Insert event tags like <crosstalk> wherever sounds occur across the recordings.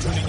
tuning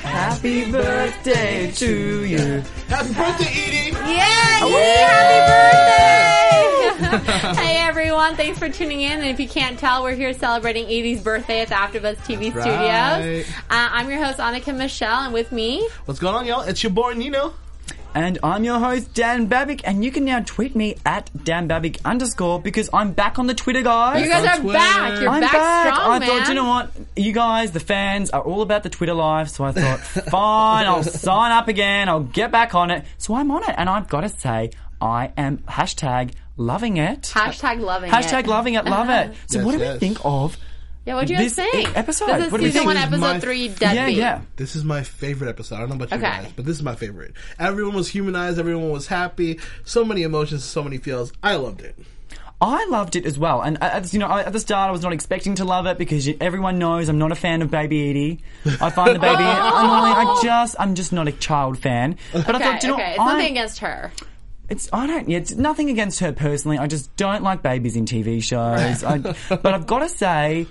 Happy birthday to you. Happy birthday, Edie! Yeah, yay, happy birthday! <laughs> hey everyone, thanks for tuning in. And if you can't tell, we're here celebrating 80's birthday at the AfterBuzz TV right. studios. Uh, I'm your host Annika Michelle, and with me, What's going on, y'all? It's your boy Nino. And I'm your host, Dan Babic, and you can now tweet me at Dan Babic underscore because I'm back on the Twitter, guys. you guys on are Twitter. back. You're I'm back, strong, I man. thought, you know what? You guys, the fans, are all about the Twitter live, so I thought, <laughs> fine, I'll sign up again, I'll get back on it. So I'm on it, and I've got to say, I am hashtag loving it. Hashtag loving Hashtag it. loving it, love <laughs> it. So Yes, what do yes. we think of? Yeah, what do you guys this e- think? episode. This is What do we season think? one, This is episode my- three, yeah, Deadbeat. yeah. This is my favorite episode. I don't know about you Okay. guys, but this is my favorite. Everyone was humanized. Everyone was happy. So many emotions. So many feels. I loved it. I loved it as well, and uh, you know, I- at the start I was not expecting to love it because you- everyone knows I'm not a fan of Baby Edie. I find the <laughs> baby, I'm like, I just, I'm just not a child fan. But I Okay, thought, do you know, okay. It's I, nothing against her. it's, I don't, yeah, it's nothing against her personally. I just don't like babies in TV shows. <laughs> I, but I've got to say.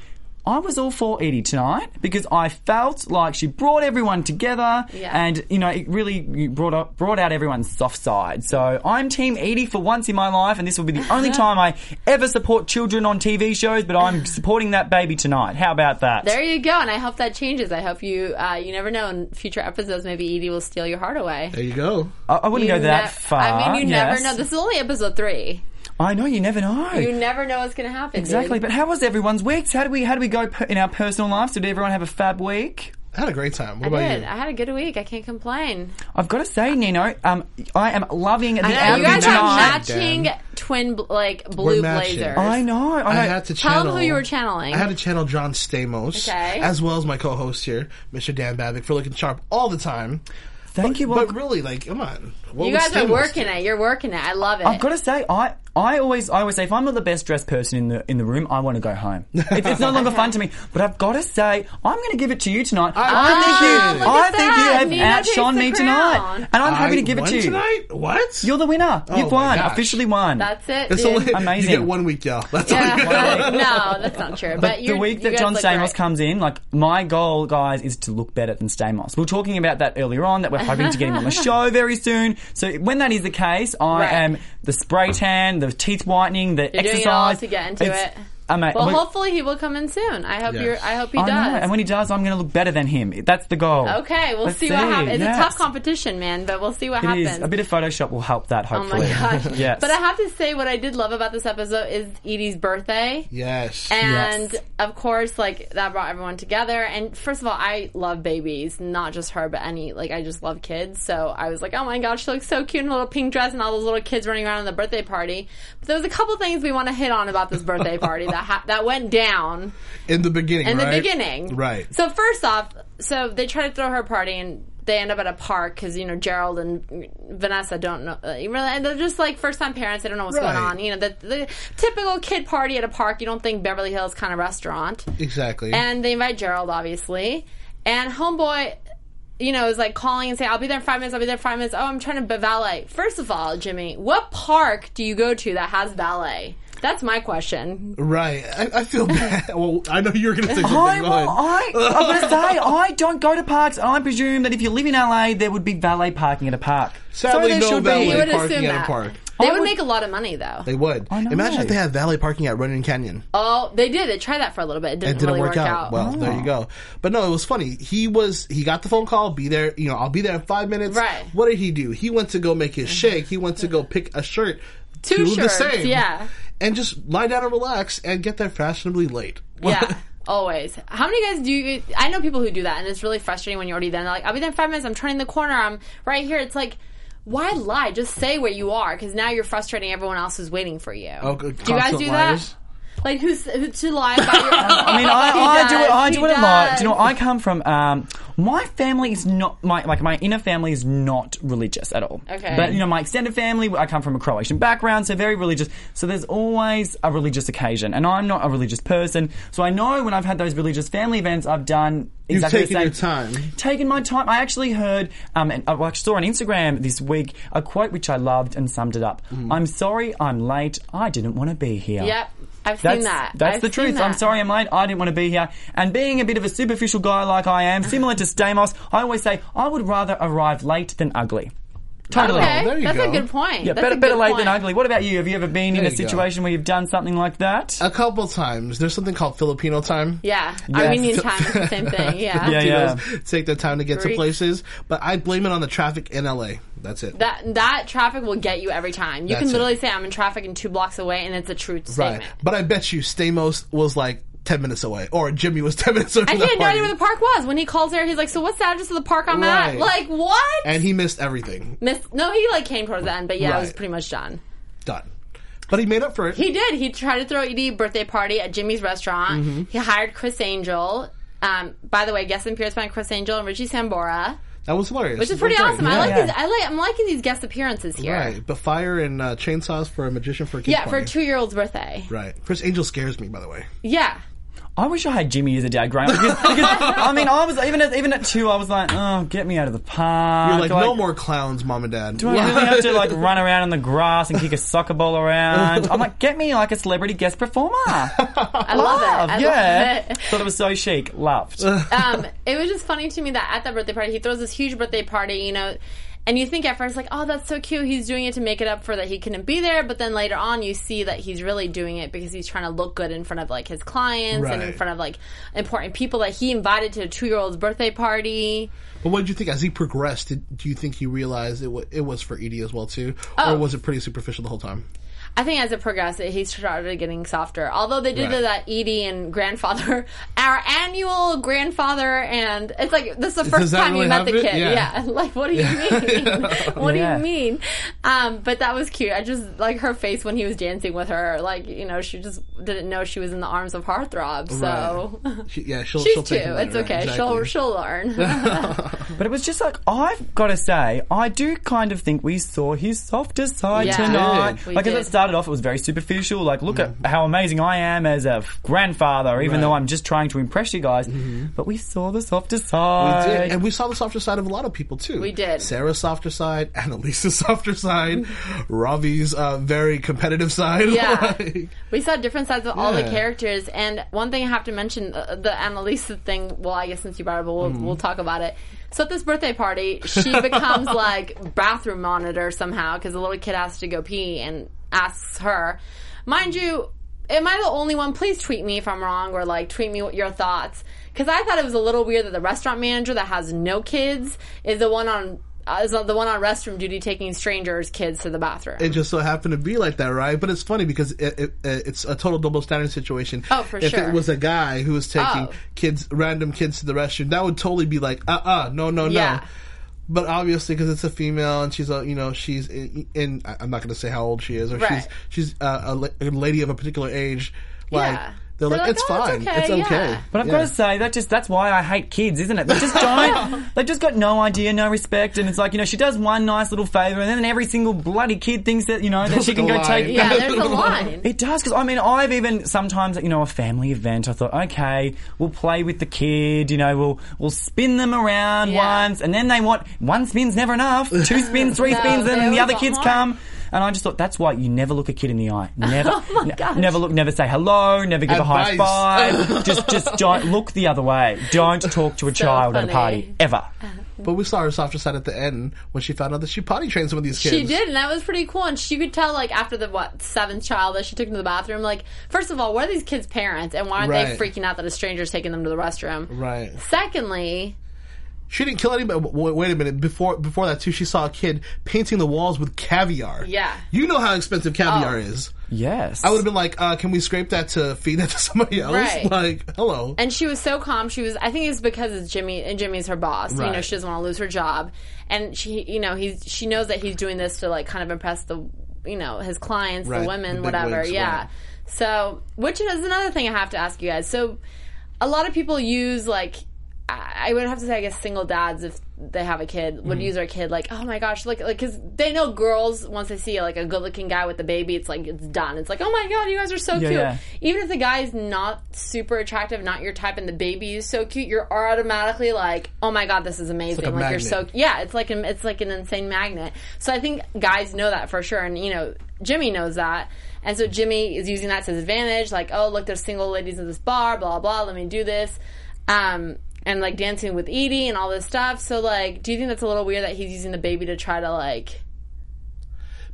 I was all for Edie tonight because I felt like she brought everyone together, Yeah. and you know it really brought up, brought out everyone's soft side. So I'm Team Edie for once in my life, and this will be the <laughs> only time I ever support children on TV shows. But I'm supporting that baby tonight. How about that? There you go, and I hope that changes. I hope you, uh, you never know, in future episodes, maybe Edie will steal your heart away. There you go. I, I wouldn't You go that ne- far. I mean, you yes. never know. This is only episode three. I know you never know. You never know what's going to happen. Exactly. dude. But how was everyone's weeks? How do we how do we go per, in our personal lives? Did everyone have a fab week? I had a great time. I What about did. you? I had a good week. I can't complain. I've got to say, Nino, um, I am loving the I know, you outfit guys have tonight. matching Dan. twin bl- like blue matching. blazers. I know. I, know. I had to Tell channel. 'em who you were channeling. I had to channel John Stamos, Okay. as well as my co-host here, Mr. Dan Babick, for looking sharp all the time. Thank you. Well, But really, like, come on. What You would guys are Stamos working do? it. You're working it. I love it. I've got to say, I. I always, I always say, if I'm not the best dressed person in the in the room, I want to go <laughs> home. It, it's no longer fun to me. But I've got to say, I'm going to give it to you tonight. I, Ah, think you, look I at think that. you have Nina takes outshone the me crown. tonight, and I'm happy I to give it won to you. tonight. What? You're the winner. Oh You've my won. gosh. Officially won. that's it. <laughs> it's dude. <laughs> only Amazing. You get one week, y'all. That's all Yeah. you <laughs> get. no, that's not true. But the you're, week you that guys John look Stamos great. comes in, like my goal, guys, is to look better than Stamos. We are talking about that earlier on. That we're hoping to get him <laughs> on the show very soon. So when that is the case, I Right. am the spray tan, the teeth whitening, the You're doing exercise it all to get into It's- it. I'm a- well, we- hopefully he will come in soon. I hope Yes. you're. I hope he I does. know, and when he does, I'm going to look better than him. That's the goal. okay, we'll Let's see, what happens. It's Yes. a tough competition, man. But we'll see what It happens. is. A bit of Photoshop will help that. Oh <laughs> my Hopefully. <laughs> gosh. yes. But I have to say, what I did love about this episode is Edie's birthday. Yes. And Yes. of course, like that brought everyone together. And first of all, I love babies, not just her, but any. Like I just love kids, so I was like, oh my gosh, she looks so cute in a little pink dress and all those little kids running around in the birthday party. But there was a couple things we want to hit on about this birthday party that ha- that went down in the beginning, in right? the beginning. Right. So first off, so they try to throw her party and they end up at a park because you know Gerald and Vanessa don't know. uh, you Really, and they're just like first time parents. They don't know what's Right. going on. You know, the, the typical kid party at a park. You don't think Beverly Hills kind of restaurant. Exactly. And they invite Gerald, obviously, and homeboy. You know, is like calling and say, "I'll be there in five minutes. I'll be there in five minutes." Oh, I'm trying to valet. First of all, Jimmy, what park do you go to that has valet? That's my question. Right. I, I <laughs> feel bad. well, I know you're going to say something. I, Go ahead. Oh, I, I'm going to say, I don't go to parks, and I presume that if you live in LA, there would be valet parking at a park. Sadly, there no should valet. be. You would parking assume at a that park. they I would, would- make a lot of money though. They would. I know. Imagine if they had valet parking at Runyon Canyon. Oh, they did. They tried that for a little bit. It didn't, it didn't really work, out. Well, there you go. But no, it was funny. He was he got the phone call. Be there. You know, I'll be there in five minutes. Right. What did he do? He went to go make his shake. He went to go pick a shirt. Two Do the shirts, same. yeah. And just lie down and relax and get there fashionably late. <laughs> <laughs> yeah. Always. How many guys do you? I know people who do that, and it's really frustrating when you're already there. And they're like, "I'll be there in five minutes. I'm turning the corner. I'm right here." It's like, why lie? Just say where you are, because now you're frustrating everyone else who's waiting for you. Oh, good. Do you guys Constant do liars. that? Like, who's who, to lie <laughs> about your? I mean, I, I do it. I do it a lot. Do you know? I come from. Um, my family is not my like my inner family is not religious at all. Okay. But you know, my extended family, I come from a Croatian background, so very religious. So there's always a religious occasion, and I'm not a religious person, so I know when I've had those religious family events, I've done You've exactly taken your the same. time. Taking my time. I actually heard, um, and I well, I saw on Instagram this week a quote which I loved and summed it up. Mm. I'm sorry, I'm late. I didn't want to be here. Yep, I've seen That's, that. that's I've the seen truth. I'm that. sorry I'm late. I didn't want to be here. And being a bit of a superficial guy like I am, similar to Stamos, I always say I would rather arrive late than ugly. Totally. Okay, there you that's go. a good point. Yeah, That's better, a better good late point. than ugly. What about you? Have you ever been in There a you go. situation where you've done something like that? A couple times. There's something called Filipino time. Yeah, Yes. Armenian <laughs> time, it's the same thing. Yeah, Yeah, yeah. Latinos take their time to get to Greek. places, but I blame it on the traffic in LA. That's it. That that traffic will get you every time. You That's can literally it. say I'm in traffic and two blocks away, and it's a true right. <laughs> statement. But I bet you Stamos was like 10 minutes away, or Jimmy was <laughs> 10 minutes away. And from he that had no party. idea where the park was. When he calls there, he's like, "So what's the address of the park I'm at?" Right. Like what? and he missed everything. Miss? No, he like came towards the end, but yeah, it was Right. pretty much done. Done. But he made up for it. He did. He tried to throw Edie a birthday party at Jimmy's restaurant. Mm-hmm. He hired Chris Angel. Um, by the way, guest appearance by Chris Angel and Richie Sambora, that was hilarious. which is pretty awesome. I like Yeah. these. I like. I'm liking these guest appearances here. Right. But fire and uh, chainsaws for a magician for a kid's Yeah, for a party. two year old's birthday. Right. Chris Angel scares me, by the way. Yeah. I wish I had Jimmy as a dad, Graham. Because, because, I mean, I was even at, even at two, I was like, oh, get me out of the park. You're like, Do I- no more clowns, mom and dad. Do I really have to <laughs> like run around in the grass and kick a soccer ball around? I'm like, get me like a celebrity guest <laughs> performer. I love, it. I yeah. love it. Thought it was so chic. <laughs> Loved. um, it was just funny to me that at that birthday party, he throws this huge birthday party, you know, and you think at first, like, oh, that's so cute. He's doing it to make it up for that he couldn't be there. But then later on, you see that he's really doing it because he's trying to look good in front of, like, his clients and in Right. front of, like, important people that he invited to a two year old's birthday party. But what did you think as he progressed? Did, do you think he realized it, w- it was for Edie as well too, Oh. or was it pretty superficial the whole time? I think as it progressed, he started getting softer. Although they did Right. that Edie and grandfather, <laughs> our annual grandfather, and it's like this is the first that time really you met the happen? kid. Yeah. Yeah. <laughs> like what do you mean? <laughs> <laughs> what Yeah. do you mean? Um, but that was cute. I just like her face when he was dancing with her. Like you know, she just didn't know she was in the arms of heartthrob. So <laughs> Right. She- yeah, she'll she's she'll two. take him later, It's right, okay. She'll exactly. she'll learn. <laughs> But it was just like I've got to say, I do kind of think we saw his softer side Yeah. tonight. Did. We Like as did. it started off, it was very superficial. Like look at how amazing I am as a f- grandfather, even Right. Mm-hmm. though I'm just trying to impress you guys. But we saw the softer side. We did. And we saw the softer side of a lot of people too. We did. Sarah's softer side, Annalisa's <laughs> softer side, Ravi's uh, very competitive side. Yeah. <laughs> Like- We saw different sides of all the Yeah. characters, and one thing I have to mention uh, the Annalisa thing. Well, I guess since you brought it up, we'll, Mm-hmm. we'll talk about it. So at this birthday party, <laughs> she becomes like bathroom monitor somehow because the little kid has to go pee and asks her, mind you. Am I the only one? Please tweet me if I'm wrong, or like tweet me what your thoughts. Because I thought it was a little weird that the restaurant manager that has no kids is the one on uh, is the one on restroom duty taking strangers' kids to the bathroom. it just so happened to be like that, right? But it's funny because it, it, uh, it's a total double standard situation. Oh, for if sure. it was a guy who was taking Oh. kids, random kids to the restroom, that would totally be like, uh, uh no, no, no. Yeah. But obviously, because it's a female and she's a, you know, she's in. in I- I'm not going to say how old she is, or Right. she's she's uh, a, la- a lady of a particular age. Like Yeah. They're they're, like, like, it's "Oh, it's fine, okay, it's okay. yeah." But I've Yeah. got to say that just that's why I hate kids, isn't it? They <laughs> just don't. they've just got no idea, no respect, and it's like you know she does one nice little favour, and then every single bloody kid thinks that you know that she can There's a go line. <laughs> take. yeah, there's a line. It does because I mean I've even sometimes you know a family event I thought okay we'll play with the kid you know we'll we'll spin them around Yeah. once and then they want one spin's never enough two spins three <laughs> No, spins they and then the always other want kids more. come and I just thought that's why you never look a kid in the <laughs> eye never ne- Oh gosh. never look never say hello never give Advice. a high five just just don't look the other way don't talk to a child at funny. a party ever But we saw her softer side at the end when she found out that she potty trained some of these kids. She did, and that was pretty cool. And she could tell, like, after the what seventh child that she took to the bathroom, like, first of all, what are these kids' parents, and why aren't they Right. freaking out that a stranger's taking them to the restroom? Right. Secondly, She didn't kill anybody. Wait, wait a minute. Before before that too, she saw a kid painting the walls with caviar. Yeah. Oh. you know how expensive caviar is. Yes. I would have been like, uh, "Can we scrape that to feed that <laughs> to somebody else?" Right. Like, hello. And she was so calm. She was. I think it's because it's Jimmy, and Jimmy's her boss. You know, Right. she doesn't want to lose her job, and she, you know, he's. She knows that he's doing this to like kind of impress the, you know, his clients, Right, the the women, big whatever. wigs, yeah. right. So, which is another thing I have to ask you guys. So, a lot of people use like. I I would have to say, I guess single dads, if they have a kid, Mm-hmm. would use their kid like, oh my gosh, look, like, because they know girls once they see like a good-looking guy with a baby, it's like it's done. It's like, oh my god, you guys are so Yeah, cute yeah. even if the guy's not super attractive, not your type, and the baby is so cute, you're automatically like, oh my god, this is amazing. like a Like, you're so magnet. yeah, it's like an, it's like an insane magnet. So I think guys know that for sure, and you know Jimmy knows that, and so Jimmy is using that to his advantage. Like, oh look, there's single ladies in this bar, blah blah. Let me do this, um, and like dancing with Edie and all this stuff. So like, do you think that's a little weird that he's using the baby to try to like,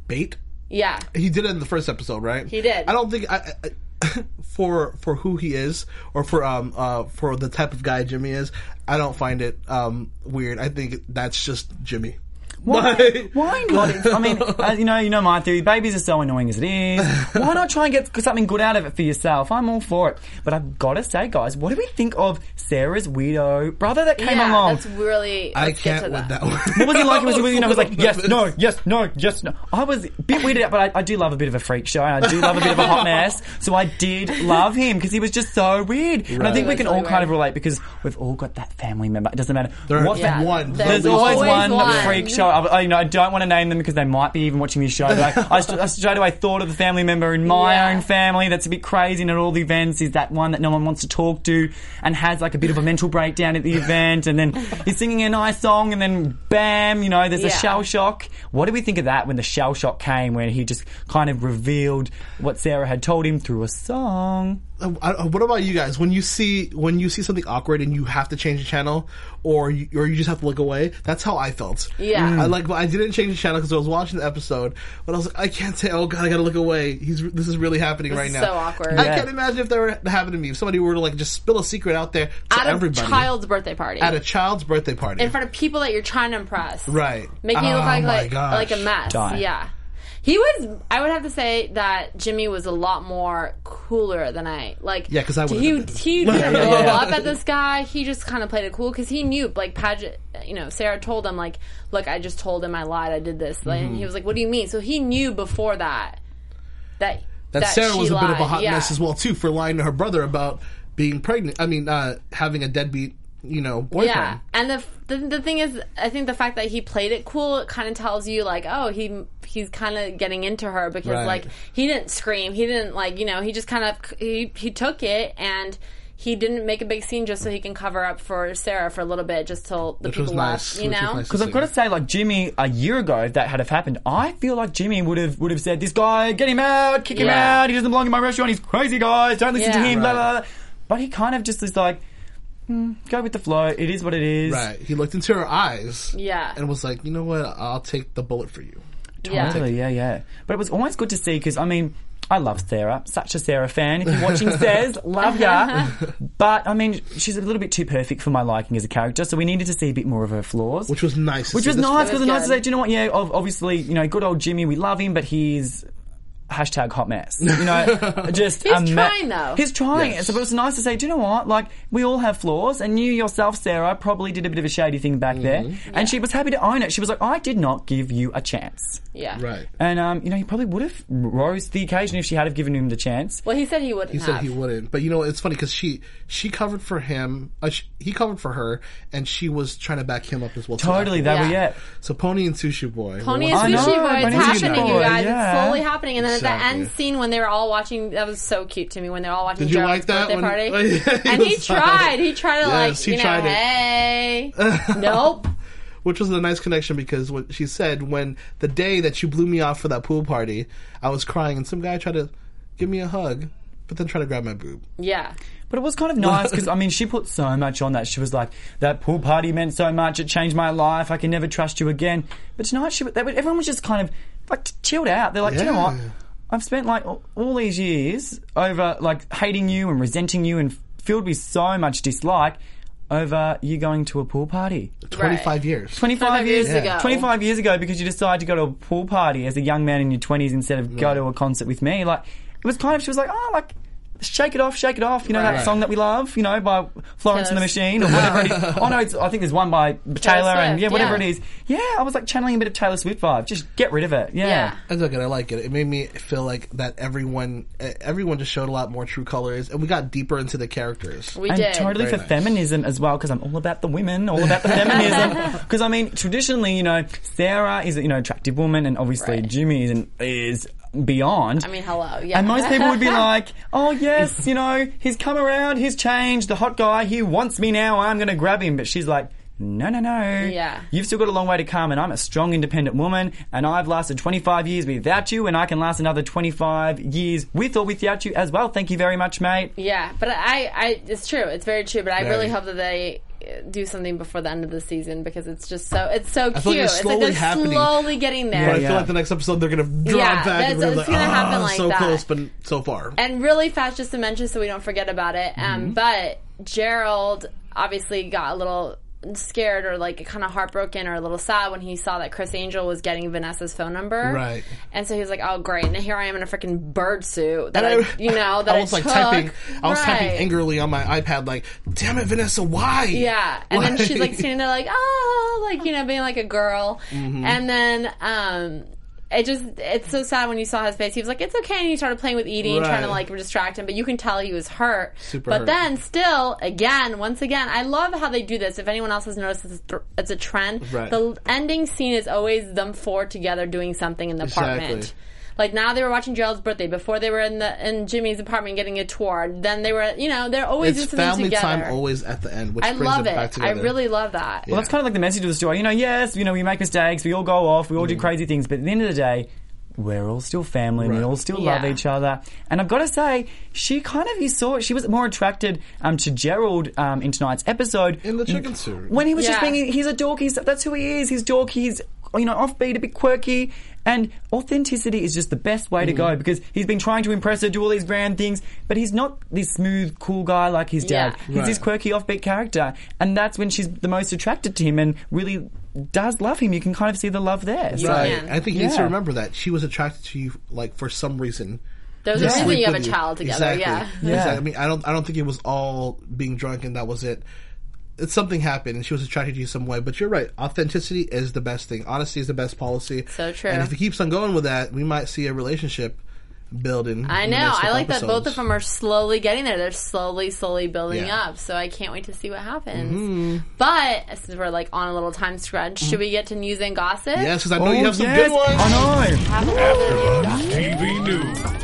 Bait. yeah, He did it in the first episode, right? He did. I don't think I. I <laughs> for for who he is or for um uh for the type of guy Jimmy is I don't find it um weird I think that's just Jimmy Why, why not? I mean, uh, you know, you know my theory. Babies are so annoying as it is. Why not try and get something good out of it for yourself? I'm all for it. But I've got to say, guys, what do we think of Sarah's weirdo brother that came yeah, along? that's really. I let's get can't to with that. that What one was he like? It was, <laughs> you know, it was like yes, no, yes, no, yes, no. I was a bit weirded out, but I, I do love a bit of a freak show. and I do love a bit of a hot mess. So I did love him because he was just so weird. And I think we That's can really all kind weird. of relate because we've all got that family member. It doesn't matter There- what Yeah. family One. there's, There's always, one, one. freak show. I, I- you know, I don't want to name them because they might be even watching this show. But I, I, st- I straight away thought of the family member in my Yeah. own family that's a bit crazy and at all the events is that one that no one wants to talk to and has like a bit of a mental breakdown at the event and then he's singing a nice song and then bam, you know, there's a Yeah. shell shock. What do we think of that when the shell shock came where he just kind of revealed what Sarah had told him through a song? Uh, uh, what about you guys? When you see when you see something awkward and you have to change the channel, or you, or you just have to look away. That's how I felt. Yeah. Mm. I like I didn't change the channel because I was watching the episode, but I was like, I can't say. Oh god, I gotta look away. He's this is really happening right is now. so awkward. I Yeah. can't imagine if that were to happen to me. If somebody were to like just spill a secret out there to at everybody a child's birthday party. at a child's birthday party in front of people that you're trying to impress. Right. Making you Oh look like my like, gosh. like a mess. Die. Yeah. He was I would have to say that Jimmy was a lot more cooler than I like Yeah, 'cause I would've he been this. <laughs> he didn't blow up at this guy. He just kind of played it cool cuz he knew like Paget you know Sarah told him like look I just told him I lied I did this Mm-hmm. and he was like what do you mean? So he knew before that that that, Sarah she was a bit of a lied. hot Yeah. mess as well too for lying to her brother about being pregnant. I mean, uh, having a deadbeat you know boyfriend. Yeah, and the, the the thing is, I think the fact that he played it cool it kind of tells you like, oh, he he's kind of getting into her because Right. like he didn't scream, he didn't like you know, he just kind of he he took it and. He didn't make a big scene just so he can cover up for Sarah for a little bit, just till the Which was people nice. left. You which was know, nice to Because I've see. got to say, like Jimmy, a year ago, if that had have happened, I feel like Jimmy would have would have said, "This guy, get him out, kick him Yeah. out. He doesn't belong in my restaurant. He's crazy, guys. Don't listen to Yeah. him." Blah, Right. blah, blah. But he kind of just is like, "Hmm, "Go with the flow. It is what it is." Right. He looked into her eyes. Yeah. And was like, you know what? I'll take the bullet for you. yeah. Totally, yeah, yeah. But it was always good to see because I mean, I love Sarah, such a Sarah fan. If you're <laughs> watching, says love ya. But I mean, she's a little bit too perfect for my liking as a character, so we needed to see a bit more of her flaws, Which was nice. to Which see. was That's- nice That because was the nice to say, good. do you know what? Yeah, ob- obviously, you know, good old Jimmy, we love him, but he's hashtag hot mess. You know, just He's a trying, though. He's trying. So but it's nice to say, do you know what? Like we all have flaws, and you yourself, Sarah, probably did a bit of a shady thing back there, and she was happy to own it. She was like, I did not give you a chance. yeah. Right. And um, you know, he probably would have rose to the occasion if she had have given him the chance. Well, he said he wouldn't. He said have. he wouldn't. But you know, it's funny because she she covered for him. Uh, sh he covered for her, and she was trying to back him up as well. too. Totally, that were Yeah. it. So Pony and Sushi Boy. Pony and Well, I know, Sushi Boy. Pony It's and Sushi happening, you Boy, guys. It's yeah. slowly happening. And then at Exactly. the end scene when they were all watching, that was so cute to me when they were all watching Did you Joe's like that birthday when- party. <laughs> He and he was like- tried. He tried to Yes, like, he you know, tried it. <laughs> hey. nope. which was a nice connection because what she said when the day that you blew me off for that pool party, I was crying, and some guy tried to give me a hug, but then tried to grab my boob. Yeah. But it was kind of nice because I mean, she put so much on that. She was like, "That pool party meant so much. It changed my life. I can never trust you again." But tonight, she they, were- everyone was just kind of like t- chilled out. They're like, "Do "You know what? Yeah. I've spent like all, all these years over like hating you and resenting you and filled with so much dislike." over you going to a pool party. Twenty five years. 25 25 years, years ago. 25 years ago because you decided to go to a pool party as a young man in your 20s instead of go to a concert with me. Like, it was kind of, she was like, oh, like, Shake It Off, Shake It Off, you know, that Right. song that we love, you know, by Florence and the Taylor- Machine or whatever it <laughs> is. Oh, no, it's, I think there's one by Taylor, and Swift, yeah, whatever yeah. it is. Yeah, I was like channeling a bit of Taylor Swift vibe. Just get rid of it. Yeah. Yeah. I took it. I like it. It made me feel like that everyone, eh, everyone just showed a lot more true colors, and we got deeper into the characters. We and did. totally Very for nice. feminism as well because I'm all about the women, all about the <laughs> feminism. Because I mean, traditionally, you know, Sarah is you know attractive woman, and obviously Right. Jimmy is an, is beyond. I mean, hello, yeah. And most people would be like, "Oh yes, you know, he's come around, he's changed. The hot guy, he wants me now. I'm going to grab him." But she's like. No, no, no. Yeah. You've still got a long way to come, and I'm a strong, independent woman, and I've lasted 25 years without you, and I can last another 25 years with or without you as well. Thank you very much, mate. <laughs> Yeah, but I, I, it's true. It's very true. But I really Very. hope that they uh, do something before the end of the season because it's just so it's so feel cute. like it's it's like slowly they're happening. slowly getting there. But I yeah. feel like the next episode they're gonna draw Yeah, it back. that's- and we're gonna be it's gonna "Ah, happen like so that." close, but so far. and really fast just to mention so we don't forget about it Mm-hmm. um, but gerald obviously got a little scared or like kind of heartbroken or a little sad when he saw that chris angel was getting vanessa's phone number Right. and so he was like oh great and here i am in a freaking bird suit that And I, you know that <laughs> I was like took. typing. I was typing Right. angrily on my iPad, like, "Damn it, Vanessa, why?" Yeah, and then she's like standing there, like oh, like you know, being like a girl, Mm-hmm. and then um. It just—it's so sad when you saw his face. He was like, "It's okay," and he started playing with Edie and trying to Right. like distract him. But you can tell he was hurt. Super but hurt. then, still, again, once again, I love how they do this. If anyone else has noticed, it's a, thr- it's a trend. Right. The ending scene is always them four together doing something in the apartment. Exactly. Like now they were watching Gerald's birthday. Before they were in the in Jimmy's apartment getting a tour. Then they were, you know, they're always it's just something family together. time always at the end, which I brings love it it. back I together. really love that. Well, that's kind of like the message of the story. You know, yes, you know, we make mistakes, we all go off, we all Mm. do crazy things, but at the end of the day, we're all still family. and We Right. all still love Yeah. each other. And I've got to say, she kind of you saw she was more attracted um, to Gerald um, in tonight's episode in the chicken suit. when he was just Yeah. being he's a dork. He's that's who he is. He's dorky. He's you know offbeat, a bit quirky. And authenticity is just the best way to Mm. go because he's been trying to impress her, do all these grand things, but he's not this smooth, cool guy like his dad. Yeah. He's this Right. quirky, offbeat character, and that's when she's the most attracted to him and really does love him. You can kind of see the love there. So- Right. Yeah. I think he needs to Yeah. remember that she was attracted to you, like for some reason. There's to a reason sleep you have a with child together. Exactly. Yeah. Yeah. Exactly. I mean, I don't. I don't think it was all being drunk and that was it. It's something happened and she was attracted to you some way. But you're right. Authenticity is the best thing. Honesty is the best policy. So true. And if he keeps on going with that, we might see a relationship building. I in the know. next I couple like that both of episodes. them are slowly getting there. They're slowly, slowly building Yeah. Mm-hmm. up. So I can't wait to see what happens. But since we're like on a little time scrunch, should we get to news and gossip? Yes, because I know Oh, you have some yes, good ones. I know. Have a little bit TV of news. News.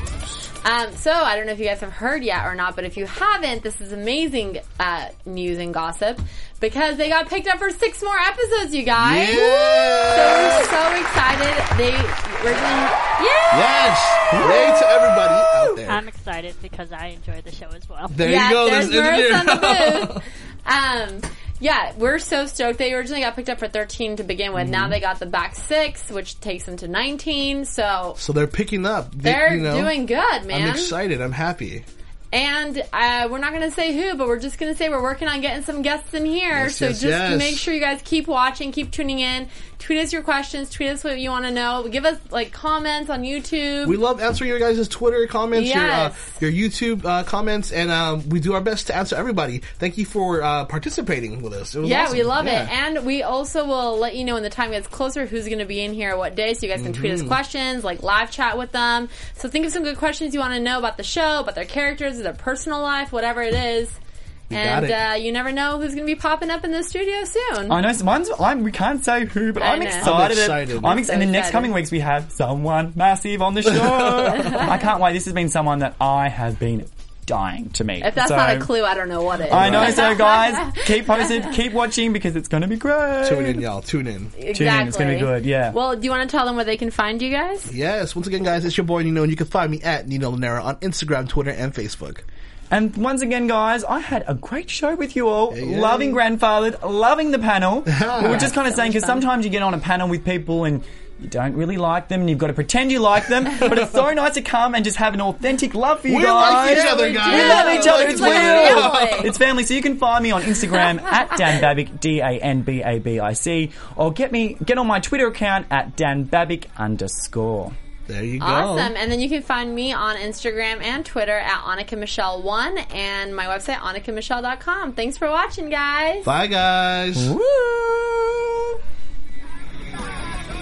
Um, so I don't know if you guys have heard yet or not, but if you haven't, this is amazing uh, news and gossip because they got picked up for six more episodes. You guys, Yes. so we're so excited. They originally, yeah. Yes. Yay to everybody out there. I'm excited because I enjoy the show as well. there yeah, you go. there's there's Marissa on engineer. <laughs> the booth. Um, yeah, we're so stoked. They originally got picked up for 13 to begin with. Mm-hmm. Now they got the back six, which takes them to 19. So so they're picking up. They- they're you know, doing good, man. I'm excited. I'm happy. And uh, we're not going to say who, but we're just going to say we're working on getting some guests in here. Yes, so yes, just yes. make sure you guys keep watching, keep tuning in. Tweet us your questions. Tweet us what you want to know. Give us like comments on YouTube. We love answering your guys' Twitter comments, Yes. your, uh, your YouTube uh, comments, and um, we do our best to answer everybody. Thank you for uh, participating with us. It was Yeah, awesome. we love Yeah. it. And we also will let you know when the time gets closer who's going to be in here what day so you guys can tweet us questions, like live chat with them. So think of some good questions you want to know about the show, about their characters, their personal life, whatever it is. got and it. Uh, you never know who's going to be popping up in the studio soon. I know someone's. I'm, we can't say who, but I I'm know. I'm excited. excited. I'm ex- So and the next excited. coming weeks we have someone massive on the show. <laughs> I can't wait. This has been someone that I have been dying to meet. if that's So- not a clue, I don't know what it is. I know. <laughs> So guys, keep posted, keep watching because it's going to be great. Tune in, y'all. Tune in. exactly. in, it's gonna be good, yeah. Well, do you want to tell them where they can find you guys? Yes, once again, guys, it's your boy Nino, and you can find me at Nino Lanera on Instagram, Twitter, and Facebook. And once again, guys, I had a great show with you all. yeah. Loving Grandfathered, loving the <laughs> panel. we were just kind of saying, because sometimes you get on a panel with people and you don't really like them and you've got to pretend you like <laughs> them, but it's so nice to come and just have an authentic love for you We guys. like each other, guys. We love each other. Like, It's like real. family. It's family. So you can find me on <laughs> Instagram at Dan Babic, D A N B A B I C, or get me get on my Twitter account at Dan Babic underscore. There you go. Awesome. And then you can find me on Instagram and Twitter at Annika Michelle1 and my website, AnnikaMichelle.com. Thanks for watching, guys. Bye, guys. Woo!